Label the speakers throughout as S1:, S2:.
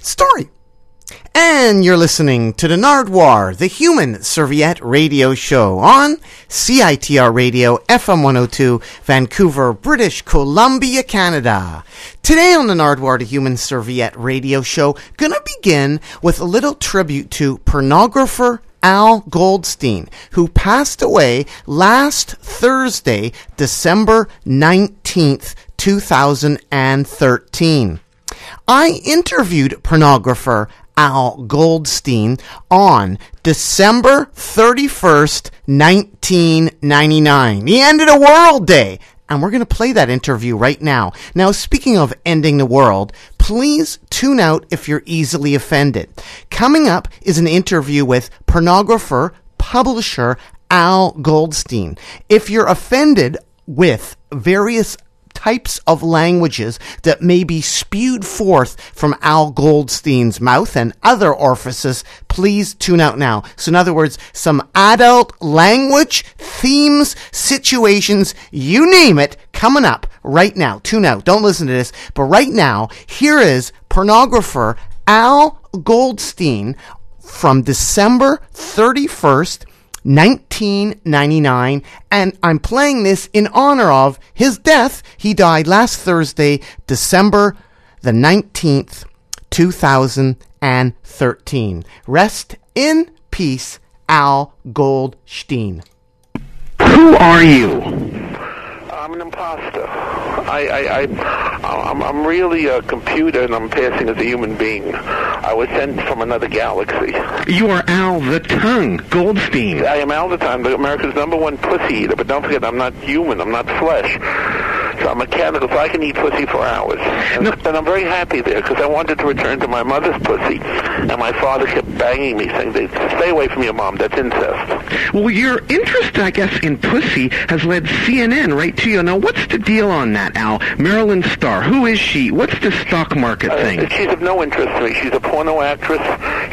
S1: story. And you're listening to the Nardwar, the human serviette radio show on CITR Radio FM 102, Vancouver, British Columbia, Canada. Today on the Nardwar, the human serviette radio show, gonna begin with a little tribute to pornographer Al Goldstein, who passed away last Thursday, December 19th, 2013. I interviewed pornographer Al Goldstein on December 31st, 1999, the end of the world day. And we're going to play that interview right now. Now, speaking of ending the world, please tune out if you're easily offended. Coming up is an interview with pornographer, publisher Al Goldstein. If you're offended with various types of languages that may be spewed forth from Al Goldstein's mouth and other orifices, please tune out now. So, in other words, some adult language, themes, situations, you name it, coming up right now. Tune out. Don't listen to this. But right now, here is pornographer Al Goldstein from December 31st. 1999, and I'm playing this in honor of his death. He died last Thursday, December the 19th, 2013. Rest in peace, Al Goldstein.
S2: Who are you? I'm an imposter. I, I, I, I'm, I'm really a computer and I'm passing as a human being. I was sent from another galaxy.
S3: You are Al the Tongue Goldstein.
S2: I am all the time the America's number one pussy eater, but don't forget I'm not human, I'm not flesh. So I'm mechanical, so I can eat pussy for hours. And,
S3: No.
S2: and I'm very happy there because I wanted to return to my mother's pussy. And my father kept banging me, saying, stay away from your mom, that's incest.
S3: Well, your interest, I guess, in pussy has led CNN right to you. Now, what's the deal on that, Al? Marilyn Starr, who is she? What's this stock market
S2: Uh,
S3: thing?
S2: She's of no interest to me. She's a porno actress.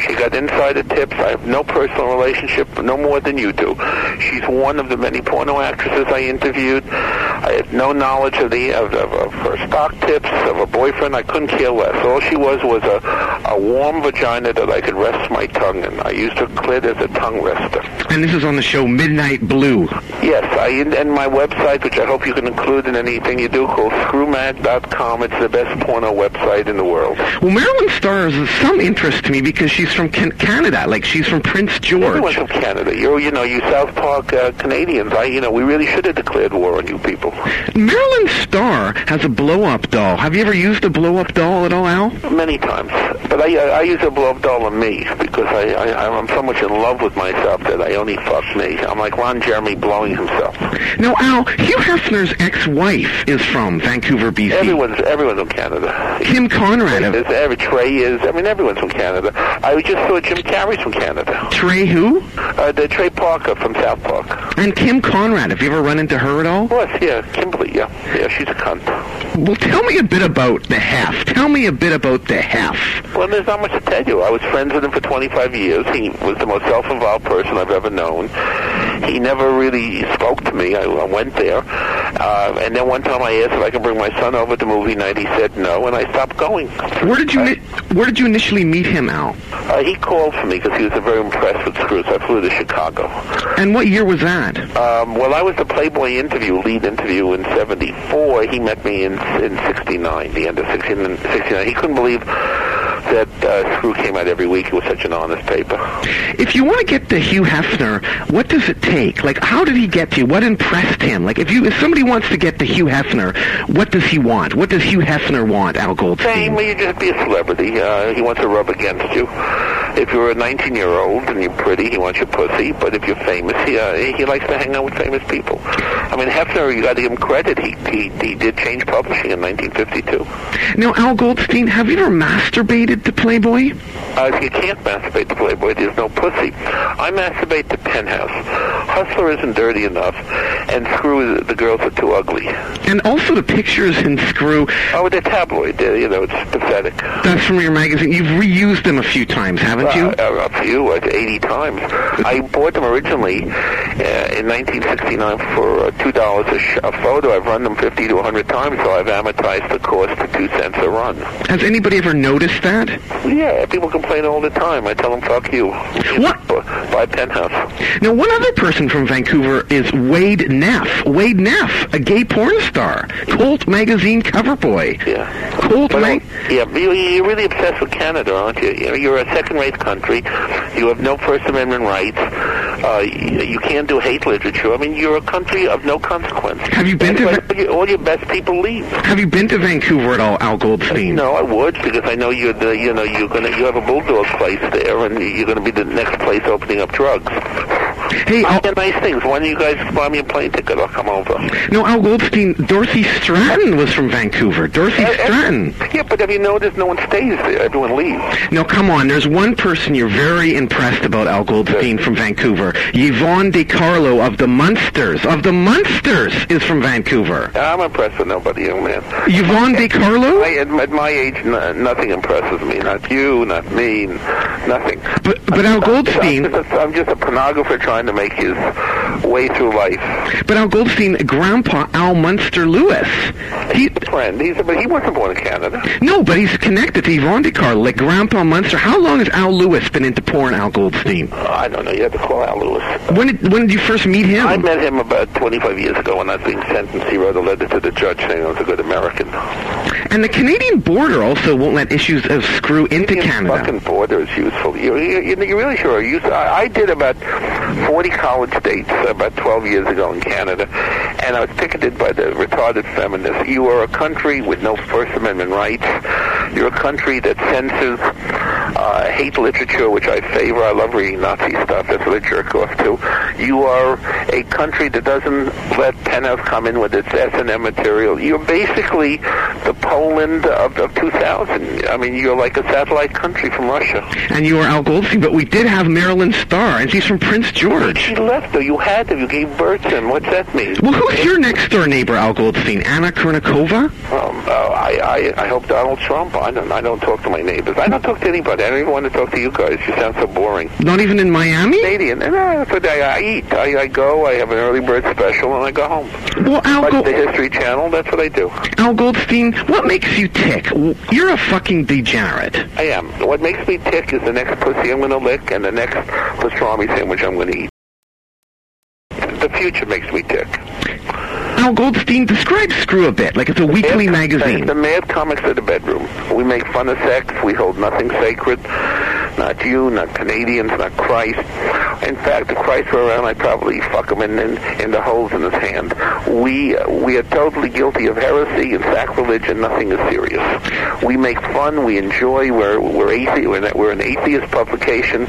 S2: She got insider tips. I have no personal relationship, no more than you do. She's one of the many porno actresses I interviewed. I have no knowledge of the of, of, of her stock tips, of her boyfriend. I couldn't care less. All she was was a, a warm vagina that I could rest my tongue in. I used her clit as a tongue rester.
S3: And this is on the show Midnight Blue.
S2: Yes, I and my website, which I hope you can include in anything you do, called screwmag.com. It's the best porno website in the world.
S3: Well, Marilyn Starr is of some interest to me because she's from Can- Canada. Like, she's from Prince
S2: Everyone's
S3: George.
S2: from Canada. You're, you know, you South Park uh, Canadians. I, you know, we really should have declared war on you people.
S3: Marilyn Starr has a blow-up doll. Have you ever used a blow-up doll at all, Al?
S2: Many times. But I, uh, I, I use a blow doll on me because I, I, I'm so much in love with myself that I only fuck me. I'm like Ron Jeremy blowing himself.
S3: Now, Al, Hugh Hefner's ex-wife is from Vancouver, B.C.
S2: Everyone's, everyone's from Canada.
S3: Kim Conrad of
S2: There's every Trey is. I mean, everyone's from Canada. I just saw Jim Carrey's from Canada.
S3: Trey who?
S2: Uh, the Trey Parker from South Park. Of
S3: And Kim Conrad. Have you ever run into her at all?
S2: course, yeah, Kimberly. Yeah, yeah, she's a cunt.
S3: Well, tell me a bit about the half. Tell me a bit about the half.
S2: Well, there's not much to tell you. I was friends with him for 25 years. He was the most self-involved person I've ever known. He never really spoke to me. I, I went there, uh, and then one time I asked if I could bring my son over to movie night. He said no, and I stopped going.
S3: Where did you ni- Where did you initially meet him, Al?
S2: Uh, he called for me because he was very impressed with Screws. I flew to Chicago.
S3: And what year was that?
S2: Um, well, I was the Playboy interview, lead interview in '74. He met me in in '69, the end of '69. He couldn't believe that uh, Screw came out every week. It was such an honest paper.
S3: If you want to get to Hugh Hefner, what does it take? Like, how did he get to you? What impressed him? Like, if you if somebody wants to get to Hugh Hefner, what does he want? What does Hugh Hefner want, Al
S2: fame,
S3: Goldstein?
S2: or you just be a celebrity. Uh, he wants to rub against you. If you're a 19-year-old and you're pretty, he wants your pussy. But if you're famous, he uh, he likes to hang out with famous people. I mean, Hefner, you got to give him credit. He he, he did change publishing in 1952.
S3: Now, Al Goldstein, have you ever masturbated to Playboy?
S2: Uh, if you can't masturbate to Playboy, there's no pussy. I masturbate to Penthouse. Hustler isn't dirty enough, and Screw, is- the girls are too ugly.
S3: And also the pictures in Screw.
S2: Oh, they're tabloid. They're, you know, it's pathetic.
S3: That's from your magazine. You've reused them a few times, haven't haven't you?
S2: Uh, a few, uh, 80 times. I bought them originally uh, in 1969 for uh, $2 a, sh- a photo. I've run them 50 to 100 times, so I've amortized the cost to 2 cents a run.
S3: Has anybody ever noticed that?
S2: Yeah, people complain all the time. I tell them, fuck you.
S3: What?
S2: Bu- Buy a penthouse.
S3: Now, one other person from Vancouver is Wade Neff. Wade Neff, a gay porn star, Colt magazine cover boy.
S2: Yeah.
S3: Colt
S2: But,
S3: mag.
S2: yeah, you, you're really obsessed with Canada, aren't you? you know, you're a second-rate country. You have no First Amendment rights. Uh, you, you can't do hate literature. I mean, you're a country of no consequence.
S3: Have you been
S2: That's
S3: to Va-
S2: why all your- all your best people leave?
S3: Have you been to Vancouver at all, Al Goldstein?
S2: No, I would because I know you're the you know you're gonna you have a bulldog place there, and you're gonna be the next place opening up drugs.
S3: Hey, Al,
S2: Yeah, nice things. Why don't you guys buy me a plane ticket? I'll come over.
S3: no, Al Goldstein. Dorothy Stratton was from Vancouver. Dorothy Stratton.
S2: Yeah, but have you noticed no one stays there? Everyone leaves.
S3: Now, come on. There's one person you're very impressed about, Al Goldstein from Vancouver. Yvonne DiCarlo of the Munsters. Of the Munsters is from Vancouver.
S2: I'm impressed with nobody, young man.
S3: Yvonne DiCarlo.
S2: I, at, at my age, n- nothing impresses me. Not you, not me, n- nothing.
S3: But, but Al Goldstein.
S2: I'm just, a, I'm just a pornographer trying to make his way through life.
S3: But Al Goldstein, Grandpa Al Munster Lewis. He
S2: Friend, he's but he wasn't born in Canada.
S3: no, but he's connected to Yvonne DiCarlo, like Grandpa Munster. How long has Al Lewis been into porn, Al Goldstein?
S2: I don't know. You have to call Al Lewis.
S3: When did when did you first meet him?
S2: I met him about 25 years ago when I was being sentenced. He wrote a letter to the judge saying I was a good American.
S3: and the Canadian border also won't let issues of screw into Canada.
S2: Fucking border is useful. You, you, you- you really sure are useful. I, I did about 40 college dates about 12 years ago in Canada, and I was picketed by the retarded feminists. You are a country with no First Amendment rights. You're a country that censors uh, hate literature, which I favor. I love reading Nazi stuff. That's what I jerk off to. You are a country that doesn't let Penthouse come in with its S&M material. You're basically the Poland of, of 2000. I mean, you're like a satellite country from Russia.
S3: And you are Al Goldstein, but we did have Marilyn Starr, and she's from Prince George.
S2: She left, though. You had to. You gave birth to him. What's that mean?
S3: Well, who's your next door neighbor, Al Goldstein? Anna Kurnikova?
S2: Um, uh, I, I, I hope Donald Trump. I don't, I don't talk to my neighbors. I don't talk to anybody. I don't even want to talk to you guys. You sound so boring.
S3: Not even in Miami?
S2: Canadian. And uh, so I, I eat. I, I go. I have an early bird special, and I go home.
S3: Well, Al,
S2: Watch
S3: Gold
S2: the History Channel. That's what I do.
S3: Al Goldstein, what makes you tick? You're a fucking degenerate.
S2: I am. What makes me tick is the next pussy I'm going to lick and the next pastrami sandwich I'm going to eat. The future makes me tick.
S3: Al Goldstein describes Screw a bit, like it's a weekly magazine.
S2: The mad comics of the bedroom. We make fun of sex. We hold nothing sacred. Not you, not Canadians, not Christ. In fact, if Christ were around, I'd probably fuck him in, in, in the holes in his hand. We we are totally guilty of heresy and sacrilege, and nothing is serious. We make fun. We enjoy. We're we're athe- we're, not- we're an atheist publication.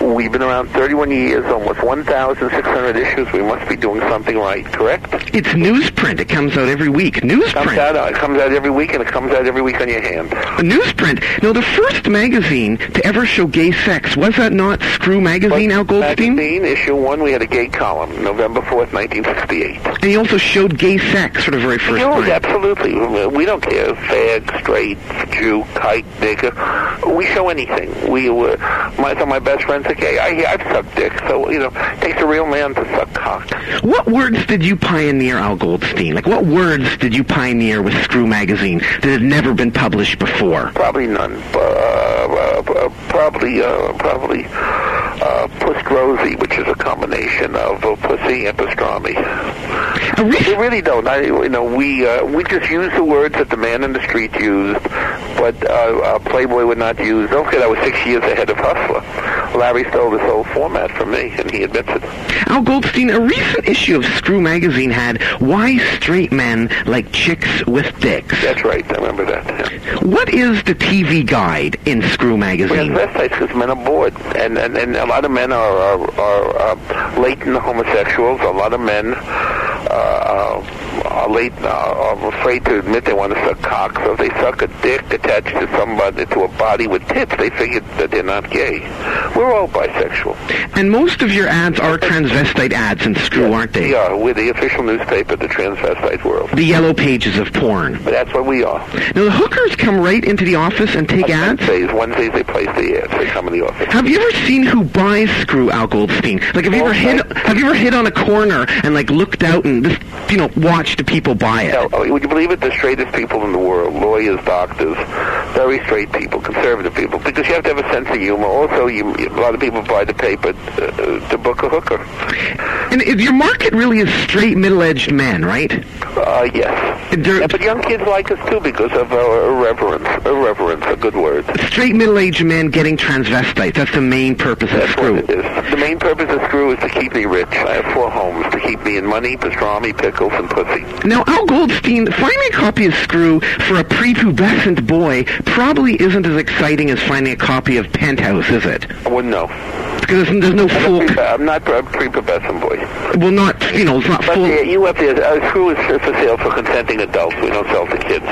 S2: We've been around 31 years, almost 1,600 issues. We must be doing something right, correct?
S3: It's newsprint. It comes out every week.
S2: comes
S3: Newsprint.
S2: out uh, it comes out every week and it comes out every week on your hand.
S3: Newsprint. No, the first magazine to ever show gay sex was that not Screw magazine, Al Goldstein?
S2: Magazine, issue one, we had a gay column, November fourth, nineteen sixty eight.
S3: And he also showed gay sex for the very first
S2: Oh,
S3: time.
S2: absolutely. We don't care. Fag, straight, Jew, kike, nigger. We show anything. We were, my, some of my best friends are gay. I, I've sucked dick, so, you know, it takes a real man to suck cock.
S3: What words did you pioneer, Al Goldstein? Like what words did you pioneer with Screw magazine that had never been published before?
S2: Probably none. Uh, uh, probably, uh, probably, uh, Puss Rosie, which is a combination of uh, pussy and pastrami.
S3: A
S2: They
S3: re-
S2: really don't. I, you know, we uh, we just use the words that the man in the street used, but uh, uh, Playboy would not use. Don't forget, I was six years ahead of Hustler. Larry stole this whole format from me, and he admits it.
S3: Al Goldstein, a recent issue of Screw magazine had Why Straight Men Like Chicks with Dicks.
S2: That's right. I remember that. Yeah.
S3: What is the TV guide in Screw
S2: We're
S3: magazine?
S2: transvestites because men are bored, and, and and a lot of men are are, are uh, latent homosexuals. A lot of men uh, uh, are late, uh, are afraid to admit they want to suck cock. So if they suck a dick attached to somebody to a body with tits, they figure that they're not gay. We're all bisexual.
S3: And most of your ads are transvestite ads and screw, aren't they?
S2: We are. We're the official newspaper of the transvestite world.
S3: The yellow pages of porn.
S2: But that's what we are.
S3: Now the hookers come right into the office and take ads.
S2: Wednesdays, Wednesdays they place the ads. They come in the office.
S3: Have you ever seen who buys screw Al Goldstein? Like have you ever hit have you ever hit on a corner and like looked out and just you know watched the people buy it?
S2: No, oh, would you believe it? The straightest people in the world, lawyers, doctors, very straight people, conservative people, because you have to have a sense of humor. Also, you, you- a lot of people buy the paper uh, to book a hooker.
S3: And if your market really is straight middle-aged men, right?
S2: Uh, yes.
S3: They're-
S2: Yeah, but young kids like us too because of our irreverence. Irreverence, a good word.
S3: Straight middle-aged men getting transvestites. That's the main purpose of
S2: That's
S3: screw.
S2: what it is. The main purpose of screw is to keep me rich. I have four homes to keep me in money, pastrami, pickles, and pussy.
S3: Now, Al Goldstein, finding a copy of Screw for a prepubescent boy probably isn't as exciting as finding a copy of Penthouse, is it?
S2: I wouldn't know.
S3: Because there's, there's no full,
S2: I'm not a prepubescent boy.
S3: well, not you know, it's not
S2: But
S3: full.
S2: uh, you up there, uh, screw is for sale for consenting adults. We don't sell to kids.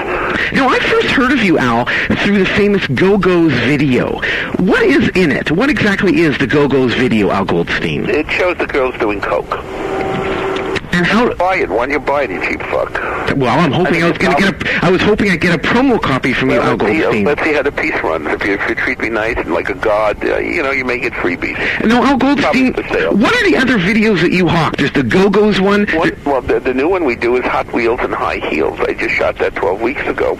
S3: Now, I first heard of you, Al, through the famous Go Go's video. What is in it? What exactly is the Go Go's video, Al Goldstein?
S2: It shows the girls doing coke.
S3: And how?
S2: Buy it. Why don't you buy it, you cheap fuck?
S3: Well, I'm hoping I was gonna get a. I was hoping I'd get a promo copy from you, Al
S2: let's, see, uh,
S3: Goldstein.
S2: let's see how the piece runs. If you, if you treat me nice and like a god, uh, you know, you may get freebies.
S3: Now, Al Goldstein,
S2: Probably for sale.
S3: what are the other videos that you hawk? There's the Go Go's one.
S2: One, well, the, the new one we do is Hot Wheels and High Heels. I just shot that 12 weeks ago,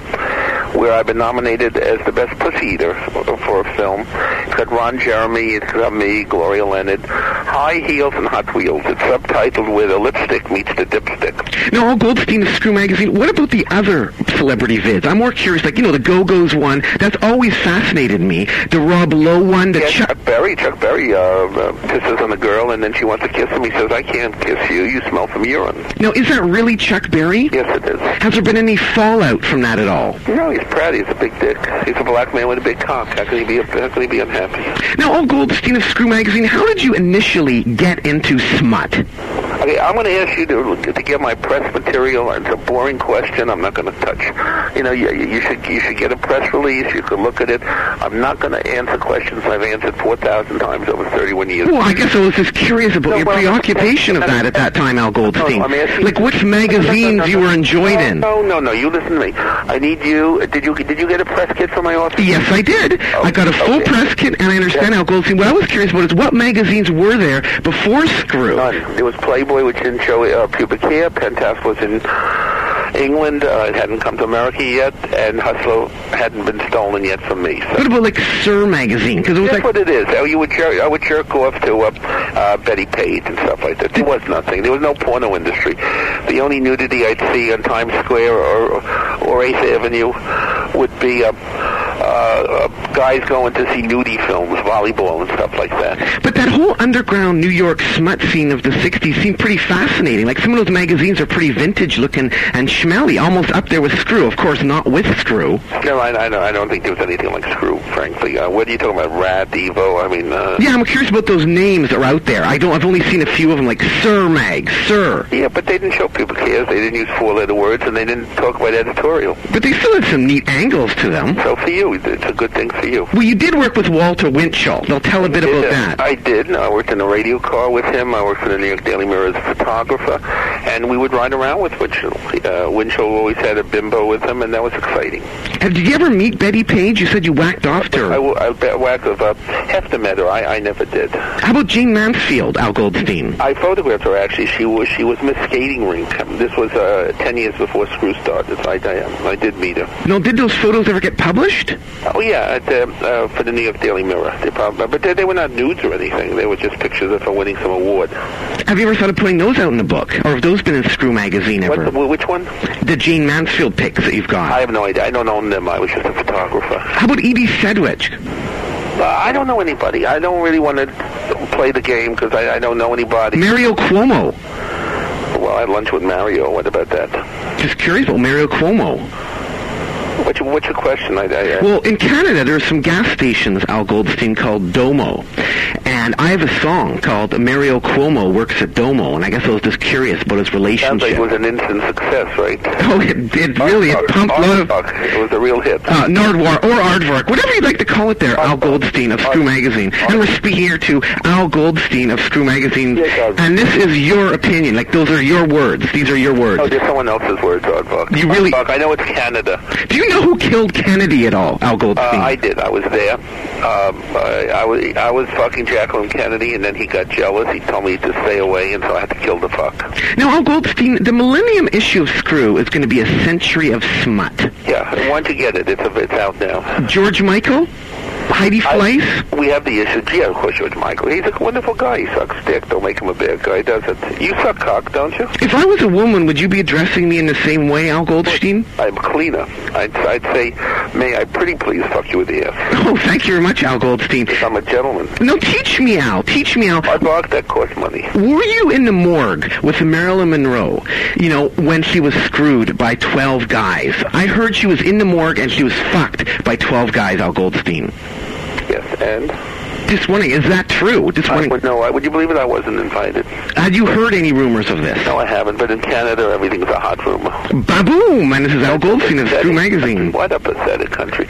S2: where I've been nominated as the best pussy eater for, for a film. It's got Ron Jeremy, it's got me, Gloria Leonard. High Heels and Hot Wheels. It's subtitled with a lipstick meets the dipstick.
S3: Now, all Goldstein of Screw Magazine, what about the other celebrity vids? I'm more curious, like, you know, the Go-Go's one, that's always fascinated me. The Rob Lowe one, the
S2: Yeah,
S3: Chuck...
S2: Chuck Berry, Chuck Berry uh, uh, pisses on a girl, and then she wants to kiss him. He says, I can't kiss you. You smell from urine.
S3: Now, is that really Chuck Berry?
S2: Yes, it is.
S3: Has there been any fallout from that at all?
S2: No, he's proud. He's a big dick. He's a black man with a big cock. How can he be? How can he be unhappy?
S3: Now, all Goldstein of Screw Magazine, how did you initially get into smut?
S2: Okay, I'm going to ask you to to get my press material. It's a boring question. I'm not going to touch. You know, you, you should you should get a press release. You could look at it. I'm not going to answer questions I've answered 4,000 times over 31 years.
S3: Well, I guess I was just curious about
S2: No,
S3: your
S2: well,
S3: preoccupation of that at that time, Al Goldstein.
S2: No, I'm asking-
S3: like, which
S2: No, no,
S3: magazines
S2: no,
S3: you were enjoyed
S2: no,
S3: in?
S2: No, no, no. You listen to me. I need you. Did you did you get a press kit from my office?
S3: Yes, I did. I got a full
S2: okay.
S3: press kit, and I understand how Goldstein. What I was curious about is what magazines were there before Screw?
S2: None. It was Playboy, which didn't show uh, pubic hair. Penthouse was in England. Uh, it hadn't come to America yet, and Hustler hadn't been stolen yet from me. So.
S3: What about like Sir magazine? Because it was
S2: That's
S3: like
S2: what it is. Oh, you would jerk, I would jerk off to uh, uh, Betty Page and stuff like that. There was nothing. There was no porno industry. The only nudity I'd see on Times Square or or Eighth Avenue would be uh, uh, uh, guys going to see nudie films, volleyball and stuff like that.
S3: but that whole underground New York smut scene of the 60s seemed pretty fascinating. Like some of those magazines are pretty vintage looking and schmelly, almost up there with Screw. Of course, not with Screw.
S2: No, I, I, don't, I don't think there was anything like Screw, frankly. Uh, what are you talking about? Rat, Evo? I mean, uh,
S3: Yeah, I'm curious about those names that are out there. I don't. I've only seen a few of them, like Sir Mag, Sir.
S2: yeah, but they didn't show pubic hairs. They didn't use four-letter words, and they didn't talk about editorial.
S3: But they still had some neat angles to them.
S2: So for you, it's a good thing for you.
S3: Well, you did work with Walter Winchell. They'll tell a bit about
S2: Did, uh,
S3: that.
S2: I did. I worked in a radio car with him. I worked for the New York Daily Mirror as a photographer, and we would ride around with Winchell. Uh, Winchell always had a bimbo with him, and that was exciting.
S3: Have, did you ever meet Betty Page? You said you whacked off to her.
S2: I, w- I bet whack of uh, Hefner met her. I, I never did.
S3: How about Jane Mansfield, Al Goldstein?
S2: I photographed her actually. She was she was Miss Skating Rink. This was uh, ten years before Screw started. So I, I I did meet her.
S3: No, did those photos ever get published?
S2: Oh yeah, at, uh, uh, for the New York Daily Mirror. They probably, but they, they were not nudes or anything. They were just pictures of her winning some award.
S3: Have you ever thought of putting those out in a book? Or have those been in Screw Magazine
S2: What,
S3: ever?
S2: wh- which one?
S3: The Jane Mansfield pics that you've got.
S2: I have no idea. I don't own them. I was just a photographer.
S3: How about Edie Sedgwick?
S2: Uh, I don't know anybody. I don't really want to play the game because I, I don't know anybody.
S3: Mario Cuomo?
S2: Well, I had lunch with Mario. What about that?
S3: Just curious about Mario Cuomo.
S2: What's your, what's your question? I, I, I,
S3: Well, in Canada, there are some gas stations, Al Goldstein, called Domo. And I have a song called Mario Cuomo Works at Domo, and I guess I was just curious about his
S2: Sounds like
S3: relationship.
S2: it was an instant success, right?
S3: oh, it did really. It
S2: Aardvark.
S3: pumped a lot of
S2: Aardvark. It was a real hit.
S3: uh, Nardwar or Aardvark, whatever you'd like to call it there, Al Goldstein of Screw Magazine. And we're speaking here to Al Goldstein of Screw Magazine.
S2: Yes, Al.
S3: And this is your opinion. Like, those are your words. These are your words.
S2: Oh, there's someone else's words, Aardvark.
S3: You really-
S2: Aardvark, I know it's Canada.
S3: Do you know who killed Kennedy at all, Al
S2: Uh,
S3: Goldstein?
S2: I did. I was there. Um, I, I was I was fucking Jacqueline Kennedy, and then he got jealous. He told me to stay away, and so I had to kill the fuck.
S3: Now, Al Goldstein, the millennium issue of Screw is going to be a century of smut.
S2: Yeah, and once you get it, it's it's out now.
S3: George Michael, Heidi
S2: I-
S3: Fleiss,
S2: we have the issue. Gee, of course, George Michael. He's a wonderful guy. He sucks dick. Don't make him a bad guy, does it? You suck cock, don't you?
S3: If I was a woman, would you be addressing me in the same way, Al Goldstein?
S2: I'm cleaner. I'd, I'd say, may I pretty please fuck you with the ass?
S3: Oh, thank you very much, Al Goldstein.
S2: I'm a gentleman.
S3: No, teach me, Al. Teach me, Al.
S2: I block that cost money.
S3: Were you in the morgue with Marilyn Monroe, you know, when she was screwed by 12 guys? I heard she was in the morgue and she was fucked by 12 guys, Al Goldstein.
S2: Yes, and
S3: Just wondering, is that true? Just
S2: I
S3: wondering,
S2: would know. I, would you believe it? I wasn't invited.
S3: had you heard any rumors of this?
S2: No, I haven't. But in Canada, everything's a hot rumor.
S3: Baboom! And this is Al Goldstein of Screw
S2: Pathetic.
S3: Magazine.
S2: What a pathetic country.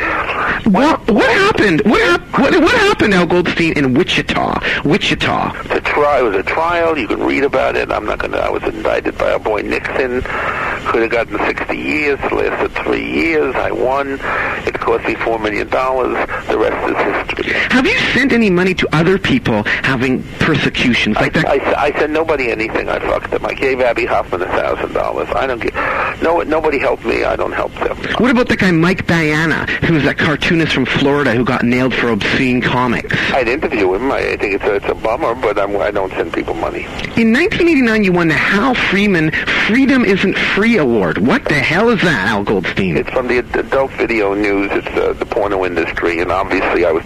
S3: What, what happened? What, hap- what, what happened, Al Goldstein, in Wichita? Wichita.
S2: The trial was a trial. You can read about it. I'm not going to. I was indicted by our boy Nixon. Could have gotten 60 years. Lasted three years. I won. It cost me four million dollars. The rest is history.
S3: Have you sent any money to other people having persecutions like that?
S2: I, I said nobody anything. I fucked them. I gave Abby Hoffman a thousand dollars. I don't get. No, nobody helped me. I don't help them.
S3: What about that guy Mike Diana, who was that cartoonist from Florida who got nailed for obscene comics?
S2: I'd interview him. I, I think it's a, it's a bummer, but I'm, I don't send people money.
S3: In 1989, you won the Hal Freeman Freedom Isn't Free Award. What the hell is that, Al Goldstein?
S2: It's from the ad- adult video news. It's uh, the porno industry, and obviously I was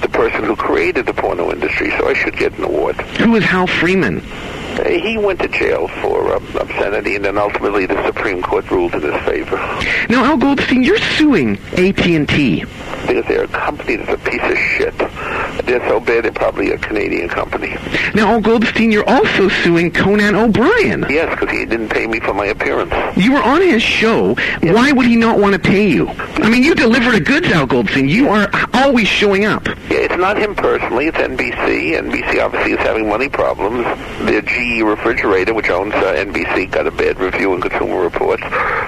S2: the person who created the porno industry, so I should get an award.
S3: Who is Hal Freeman?
S2: Uh, he went to jail for um, obscenity, and then ultimately the Supreme Court ruled in his favor
S3: Now, Al Goldstein, you're suing AT&T.
S2: because they're a company that's a piece of shit. They're so bad they're probably a Canadian company.
S3: Now, Al Goldstein, you're also suing Conan O'Brien.
S2: Yes, because he didn't pay me for my appearance.
S3: You were on his show. Why would he not want to pay you? I mean, you deliver the goods, Al Goldstein. You are always showing up.
S2: Yeah, it's not him personally. It's NBC. NBC obviously is having money problems. Their GE refrigerator, which owns uh, NBC, got a bad review in Consumer Reports,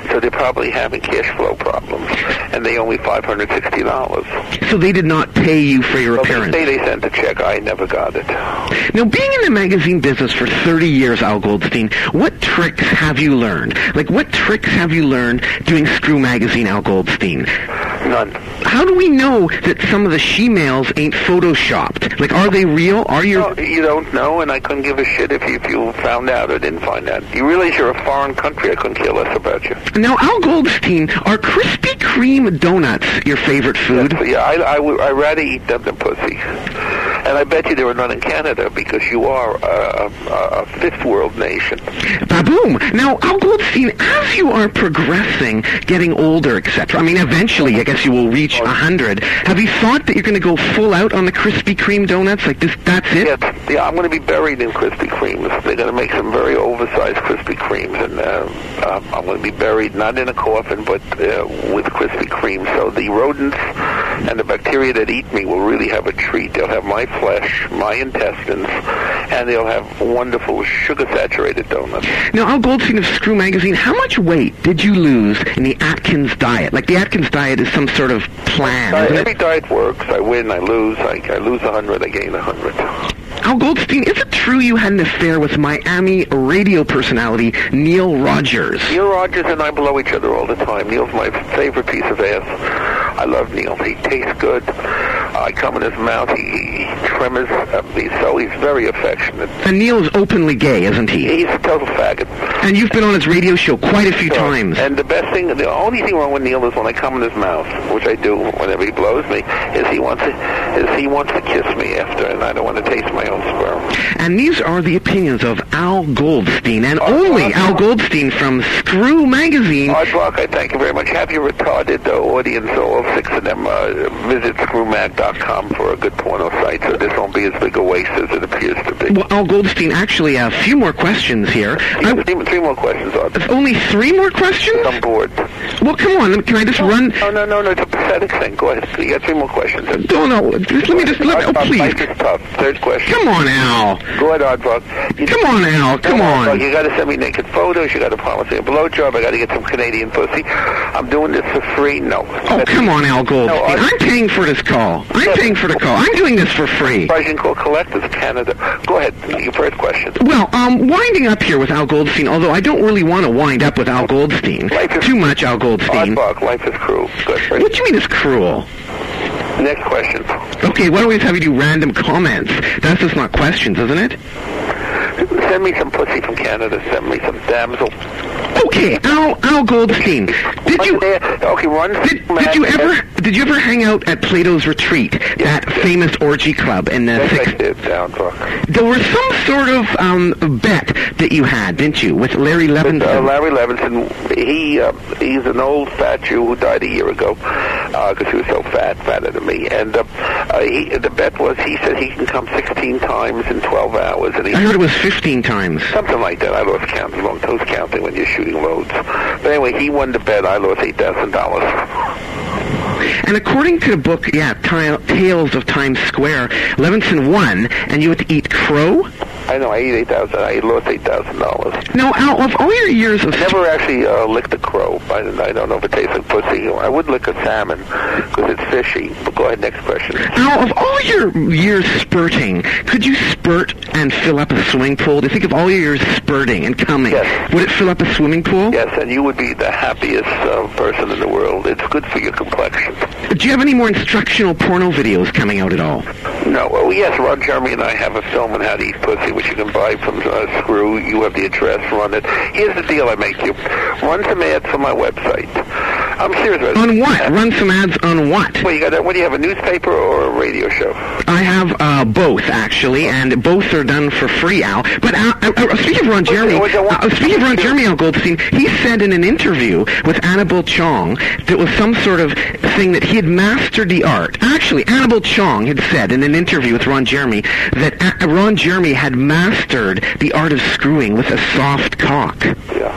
S2: so they're probably having cash flow problems, and they owe me five hundred sixty dollars.
S3: So they did not pay you for your
S2: They
S3: appearance.
S2: say they sent a check. I never got it.
S3: Now, being in the magazine business for 30 years, Al Goldstein, what tricks have you learned? Like, what tricks have you learned doing Screw Magazine, Al Goldstein?
S2: None.
S3: How do we know that some of the she-males ain't photoshopped? Like, are they real? Are your...
S2: No, you don't know, and I couldn't give a shit if you, if you found out or didn't find out. You realize you're a foreign country. I couldn't care less about you.
S3: Now, Al Goldstein, are Krispy Kreme donuts your favorite food?
S2: So, yeah, I, I would I'd rather eat them than pussy. And I bet you there were none in Canada because you are a, a, a fifth world nation.
S3: Baboom! Now, Al Goldstein, as you are progressing, getting older, etc., I mean, eventually, I guess you will reach 100. Have you thought that you're going to go full out on the Krispy Kreme donuts? Like, this, that's it?
S2: Yes, yeah, I'm going to be buried in Krispy Kremes. They're going to make some very oversized Krispy Kremes, and uh, um, I'm going to be buried not in a coffin, but uh, with Krispy Kreme. So the rodents and the bacteria that eat me will really have a treat. They'll have my flesh, my intestines, and they'll have wonderful sugar-saturated donuts.
S3: Now, Al Goldstein of Screw Magazine, how much weight did you lose in the Atkins diet? Like, the Atkins diet is some sort of plan,
S2: Uh,
S3: isn't
S2: every
S3: it?
S2: diet works. I win, I lose. I, I lose a 100, I gain a 100.
S3: Al Goldstein, is it true you had an affair with Miami radio personality Neil Rogers?
S2: Neil Rogers and I blow each other all the time. Neil's my favorite piece of ass. I love Neil. He tastes good. I come in his mouth. He, he tremors. Uh, he's, so he's very affectionate.
S3: And Neil is openly gay, isn't he?
S2: He's a total faggot.
S3: And you've been on his radio show quite a few times.
S2: And the best thing, the only thing wrong with Neil is when I come in his mouth, which I do whenever he blows me, is he wants to, is he wants to kiss me after, and I don't want to taste my own sperm.
S3: And these are the opinions of Al Goldstein, and only Al Goldstein from Screw Magazine.
S2: Hard luck. I thank you very much. Have your retarded uh, audience, all six of them, uh, visit screwmag.com for a good porno site, so this won't be as big a waste as it appears to be.
S3: Well, Al Goldstein, actually, a few more questions here. I,
S2: Three, three more questions, Arthur.
S3: only three more questions?
S2: I'm bored.
S3: Well, come on, can I just run?
S2: No, no, no, no. It's a pathetic thing. Go ahead. You got three more questions.
S3: Don't know. Just let me just let. Oh,
S2: Life-
S3: please.
S2: Life is tough. Third question.
S3: Come on, Al.
S2: Go ahead, Artbrook. You
S3: Come on, Al. Come
S2: Well,
S3: on.
S2: You gotta send me naked photos, you gotta promise me a blowjob, I gotta get some Canadian pussy. I'm doing this for free? No.
S3: Oh, come on, Al Goldstein.
S2: No, I-
S3: I'm paying for this call. I'm paying for the call. I'm doing this for free.
S2: Persian Call Collectors Canada. Go ahead, your first question.
S3: Well, um, winding up here with Al Goldstein, although I don't really want to wind up with Al Goldstein.
S2: Like if-
S3: Too much Al Goldstein.
S2: Artbrook, life is cruel. Good.
S3: What do you mean it's cruel?
S2: Next question.
S3: Okay, why don't we just have you do random comments? That's just not questions, isn't it?
S2: Send me some pussy from Canada. Send me some damsel.
S3: Okay, Al Al Goldstein. Did you
S2: Okay, run.
S3: did, did you ever did you ever hang out at Plato's Retreat, that famous orgy club in the
S2: Yes,
S3: six,
S2: I did, Artbrook.
S3: There was some sort of um, bet that you had, didn't you, with Larry
S2: Uh,
S3: Levinson?
S2: Larry Levinson, he uh, he's an old fat Jew who died a year ago because he was so fat, fatter than me. And uh, uh, he, the bet was he said he can come 16 times in 12 hours, and
S3: I
S2: he
S3: heard it was 15 times.
S2: something like that. I lost count. You don't lose counting when you're shooting loads. But anyway, he won the bet. I lost eight thousand dollars.
S3: And according to the book, yeah, Ti- Tales of Times Square, Levinson won, and you had to eat crow?
S2: I know I ate eight thousand. I lost eight thousand dollars.
S3: Now, Al, of all your years of...
S2: Never actually uh, licked a crow. I, I don't know if it tastes like pussy. I would lick a salmon because it's fishy. But go ahead, next question.
S3: Al, of all your years spurting, could you spurt and fill up a swimming pool? Do you think of all your years spurting and coming,
S2: Yes.
S3: would it fill up a swimming pool?
S2: Yes, and you would be the happiest uh, person in the world. It's good for your complexion.
S3: Do you have any more instructional porno videos coming out at all?
S2: No, oh yes, Ron Jeremy and I have a film on how to eat pussy, which you can buy from uh, Screw. You have the address, run it. Here's the deal I make you. Run some ads on my website. I'm serious about it.
S3: On what? Run some ads on what?
S2: Well, you got that. What do you have, a newspaper or a radio show?
S3: I have uh, both actually, and both are done for free, Al. But Al, uh, uh, speaking of Ron Jeremy,
S2: wait, I want-
S3: uh, speaking of Ron Jeremy, Al Goldstein, he said in an interview with Annabelle Chong that was some sort of thing that he had mastered the art. Actually, Annabelle Chong had said in an interview with Ron Jeremy that uh, Ron Jeremy had mastered the art of screwing with a soft cock.
S2: Yeah.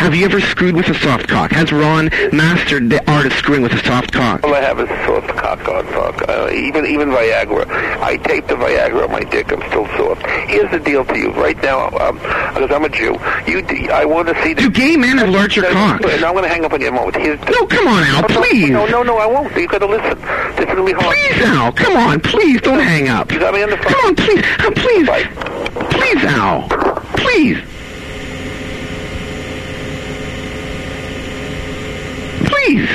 S3: Have you ever screwed with a soft cock? Has Ron mastered the art of screwing with a soft cock?
S2: All I have is soft cock on talk. Uh, even even Viagra. I take the Viagra on my dick. I'm still soft. Here's the deal to you right now, um, because I'm a Jew. You, d- I want to see the
S3: Do gay men have larger
S2: No,
S3: cocks?
S2: no, I'm going to hang up on you in a moment. Here's
S3: No, come on, Al, please.
S2: No, no, no, I won't. You've got to listen. This is going to be hard.
S3: Please, Al, come on, please don't hang up.
S2: You got me on the phone.
S3: Come on, please, Al, please,
S2: Bye.
S3: please, Al, please. Please.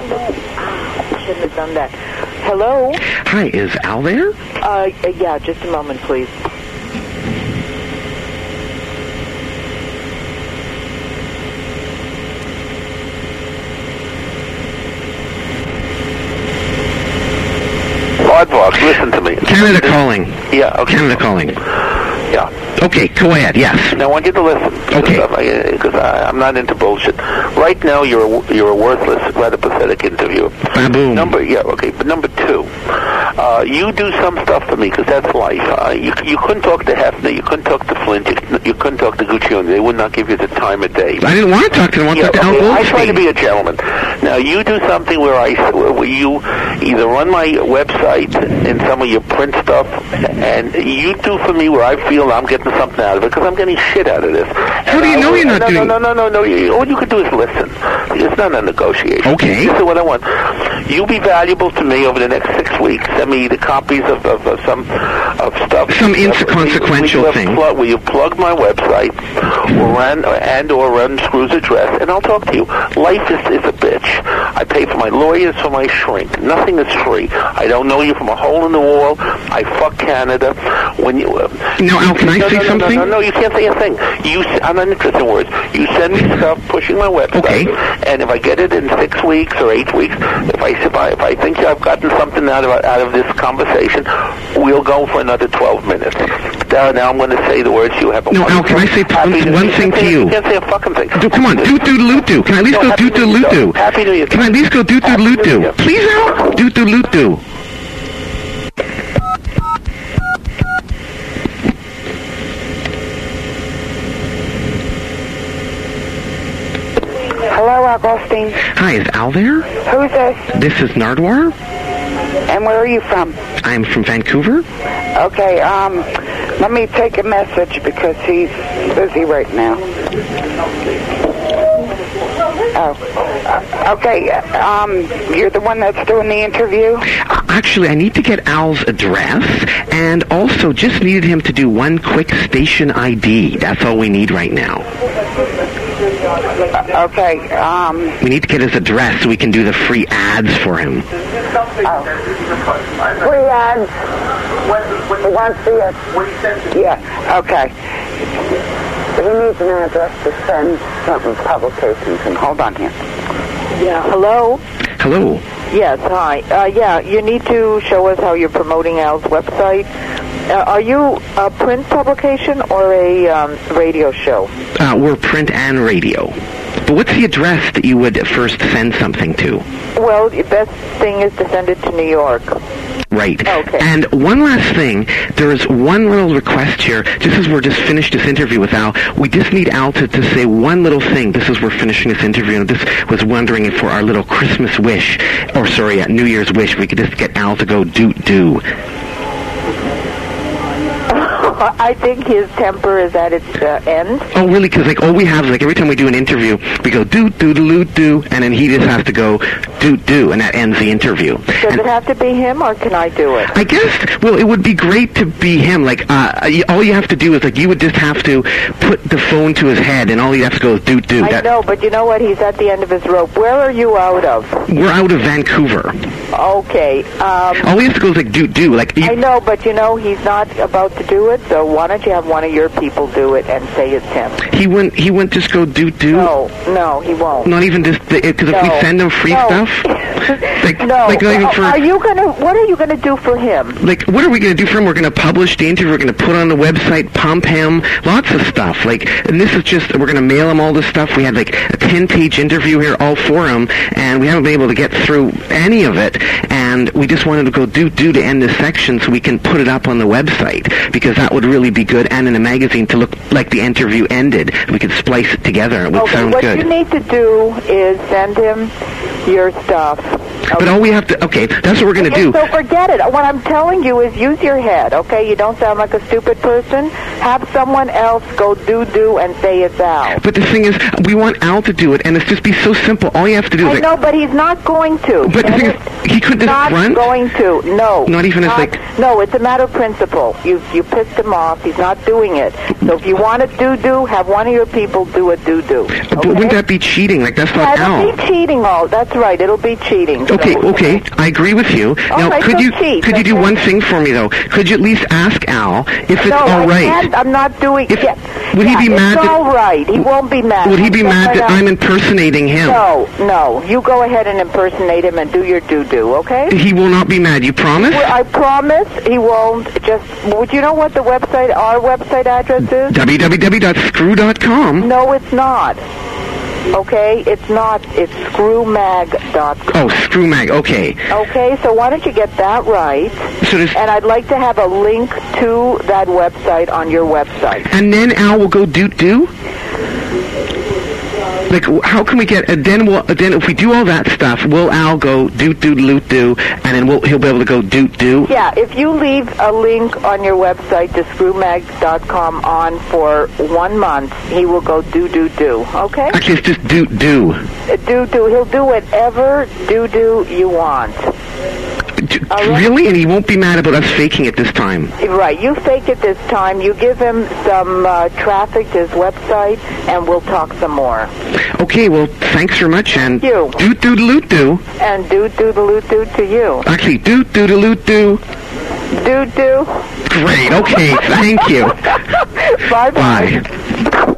S4: Shouldn't have done that. Hello?
S3: Hi, is Al there?
S4: Uh, uh, yeah, just a moment, please.
S2: Aardvark, listen to me.
S3: Canada calling.
S2: Yeah, okay.
S3: Oh, Canada calling.
S2: Yeah.
S3: Okay, go ahead. Yes.
S2: Now, I want you to listen.
S3: Okay.
S2: Because uh, I, I'm not into bullshit. Right now, you're a, w- you're a worthless, rather pathetic interviewer.
S3: Baboom.
S2: Number, yeah, okay. But number two, uh, you do some stuff for me because that's life. Uh, you, you couldn't talk to Hefner. You couldn't talk to Flint. You, you couldn't talk to Guccione. They would not give you the time of day.
S3: I didn't want to talk to him. I want to
S2: Yeah,
S3: talk to Al
S2: okay, I
S3: Goldstein.
S2: try to be a gentleman. Now you do something where I where you either run my website and some of your print stuff, and you do for me where I feel I'm getting something out of it because I'm getting shit out of this. How
S3: do you know you're not
S2: no,
S3: doing-
S2: No, no, no, no, no. You, all you can do is listen. It's not a negotiation.
S3: Okay.
S2: This is what I want. You'll be valuable to me over the next six weeks, send me the copies of, of, of some of stuff.
S3: Some inconsequential
S2: We have
S3: thing.
S2: Plug, will you plug my website or run and or run Screw's address, and I'll talk to you. Life is, is a bitch. I pay for my lawyers, for my shrink. Nothing is free. I don't know you from a hole in the wall. I fuck Canada. When you uh,
S3: Now, Al, can I
S2: no,
S3: say
S2: no, no,
S3: something?
S2: No, no, no, you can't say a thing. You, s- I'm not interested in words. You send me stuff pushing my website,
S3: Okay.
S2: and if I get it in six weeks or eight weeks, if I if I, if I think I've gotten something out of out of this conversation, we'll go for another 12 minutes. Now, now I'm going to say the words you have. a
S3: No, Al,
S2: wonderful-
S3: can I say
S2: Happy
S3: one-
S2: New
S3: one
S2: Year.
S3: thing
S2: You
S3: to you?
S2: can't say a fucking thing.
S3: Do, come on, doot doodle doo. Can I at least
S2: No,
S3: go
S2: happy
S3: doot
S2: New Year,
S3: doodle doo?
S2: though. Happy New Year.
S3: Can I at least go doot doodle
S2: Happy New
S3: doo?
S2: Year.
S3: Please, Al, doot doodle doo.
S5: Hello, Al Goldstein.
S3: Hi, is Al there?
S5: Who's this?
S3: This is Nardwar.
S5: And where are you from?
S3: I am from Vancouver.
S5: Okay, um, let me take a message because he's busy right now. Oh, uh, okay. Um, you're the one that's doing the interview.
S3: Uh, Actually, I need to get Al's address and also just needed him to do one quick station ID. That's all we need right now.
S5: Okay. Um,
S3: We need to get his address so we can do the free ads for him.
S5: free ads. He wants to Yeah. Okay. He needs an address to send some publications. And hold on here.
S4: Yeah. Hello?
S3: Hello.
S4: Yes, hi. Uh, yeah, you need to show us how you're promoting Al's website. Uh, are you a print publication or a um, radio show?
S3: Uh, we're print and radio. But what's the address that you would first send something to?
S4: Well, the best thing is to send it to New York.
S3: Right.
S4: Okay.
S3: And one last thing, there is one little request here. Just as we're just finished this interview with Al, we just need Al to, to say one little thing. This is we're finishing this interview, and this was wondering if for our little Christmas wish, or sorry, uh, New Year's wish, we could just get Al to go doot do.
S4: I think his temper is at its uh, end.
S3: Oh, really? Because like all we have is like every time we do an interview, we go doot doot doot do, and then he just has to go doot do, and that ends the interview.
S4: Does
S3: And-
S4: it have to be him or can I do it?
S3: I guess. Well, it would be great to be him. Like, uh, y- all you have to do is like you would just have to put the phone to his head, and all you have to go is doot doot.
S4: I
S3: That-
S4: know, but you know what? He's at the end of his rope. Where are you out of?
S3: We're out of Vancouver.
S4: Okay. Um,
S3: All we have to go is like doot doot. Like, you,
S4: I know, but you know he's not about to do it. So why don't you have one of your people do it and say it's him?
S3: he wouldn't. He wouldn't just go doot doot.
S4: No, no, he won't.
S3: Not even just because if
S4: No.
S3: we send him free
S4: No.
S3: stuff, like,
S4: no.
S3: like not even
S4: Uh,
S3: for.
S4: Are you gonna? What are you gonna do for him?
S3: like, what are we going to do for him? We're going to publish the interview. We're going to put on the website, pump him, lots of stuff. Like, and this is just, we're going to mail him all this stuff. We had like a 10 page interview here all for him, and we haven't been able to get through any of it. And we just wanted to go do do to end this section so we can put it up on the website because that would really be good and in a magazine to look like the interview ended. We could splice it together and it would
S4: okay.
S3: sound
S4: What
S3: good.
S4: you need to do is send him your stuff.
S3: But all we have to, okay, that's what we're going to do.
S4: So forget it. What I'm telling you is use your head, okay? You don't sound like a stupid person. Have someone else go do do and say it's out.
S3: But the thing is, we want Al to do it, and it's just be so simple. All you have to do is
S4: I
S3: like,
S4: know, but he's not going to.
S3: But the
S4: And
S3: thing is,
S4: it's
S3: he couldn't just
S4: not
S3: grunt.
S4: going to. No.
S3: Not even as,
S4: Not-
S3: like-
S4: No, it's a matter of principle. You you pissed him off. He's not doing it. So if you want to do do, have one of your people do a do do.
S3: But wouldn't that be cheating? Like that's not
S4: It'll
S3: Al.
S4: be cheating. All that's right. It'll be cheating. So-
S3: Okay, okay, I agree with you. now,
S4: right,
S3: could
S4: so
S3: you
S4: cheat,
S3: could you do
S4: okay.
S3: one thing for me though? Could you at least ask Al if it's
S4: No,
S3: all
S4: I
S3: right?
S4: can't. I'm not doing
S3: If-
S4: it.
S3: would he
S4: Yeah,
S3: be mad
S4: It's
S3: that-
S4: all right. He won't be mad.
S3: Would he
S4: I'm
S3: be
S4: just
S3: mad that
S4: gonna-
S3: I'm impersonating him?
S4: No, no. You go ahead and impersonate him and do your do do. Okay.
S3: He will not be mad. You promise?
S4: Well, I promise he won't. Just, would you know what the website, our website address is?
S3: www.screw.com.
S4: No, it's not. Okay, it's not. It's screwmag.com.
S3: Oh, screw mag. Okay.
S4: Okay, so why don't you get that right?
S3: So there's,
S4: And I'd like to have a link to that website on your website.
S3: and then Al will go doot do. Like, wh- how can we get? Uh, then we'll. uh, Then if we do all that stuff, will Al go doot doot loot do, and then we'll, he'll be able to go doot do.
S4: Yeah, if you leave a link on your website to screwmag.com on for one month, he will go do do do. Okay,
S3: Actually, it's just doot do.
S4: do do. He'll do whatever do do you want.
S3: D- Really? And he won't be mad about us faking it this time.
S4: Right. You fake it this time. You give him some uh, traffic to his website, and we'll talk some more.
S3: Okay, well, thanks very much, and
S4: you.
S3: doot doot loot doo.
S4: And do do the loot do to you.
S3: Actually, doot doot loot doo.
S4: Do do.
S3: Great. Okay, thank you.
S4: Bye bye.
S3: Bye.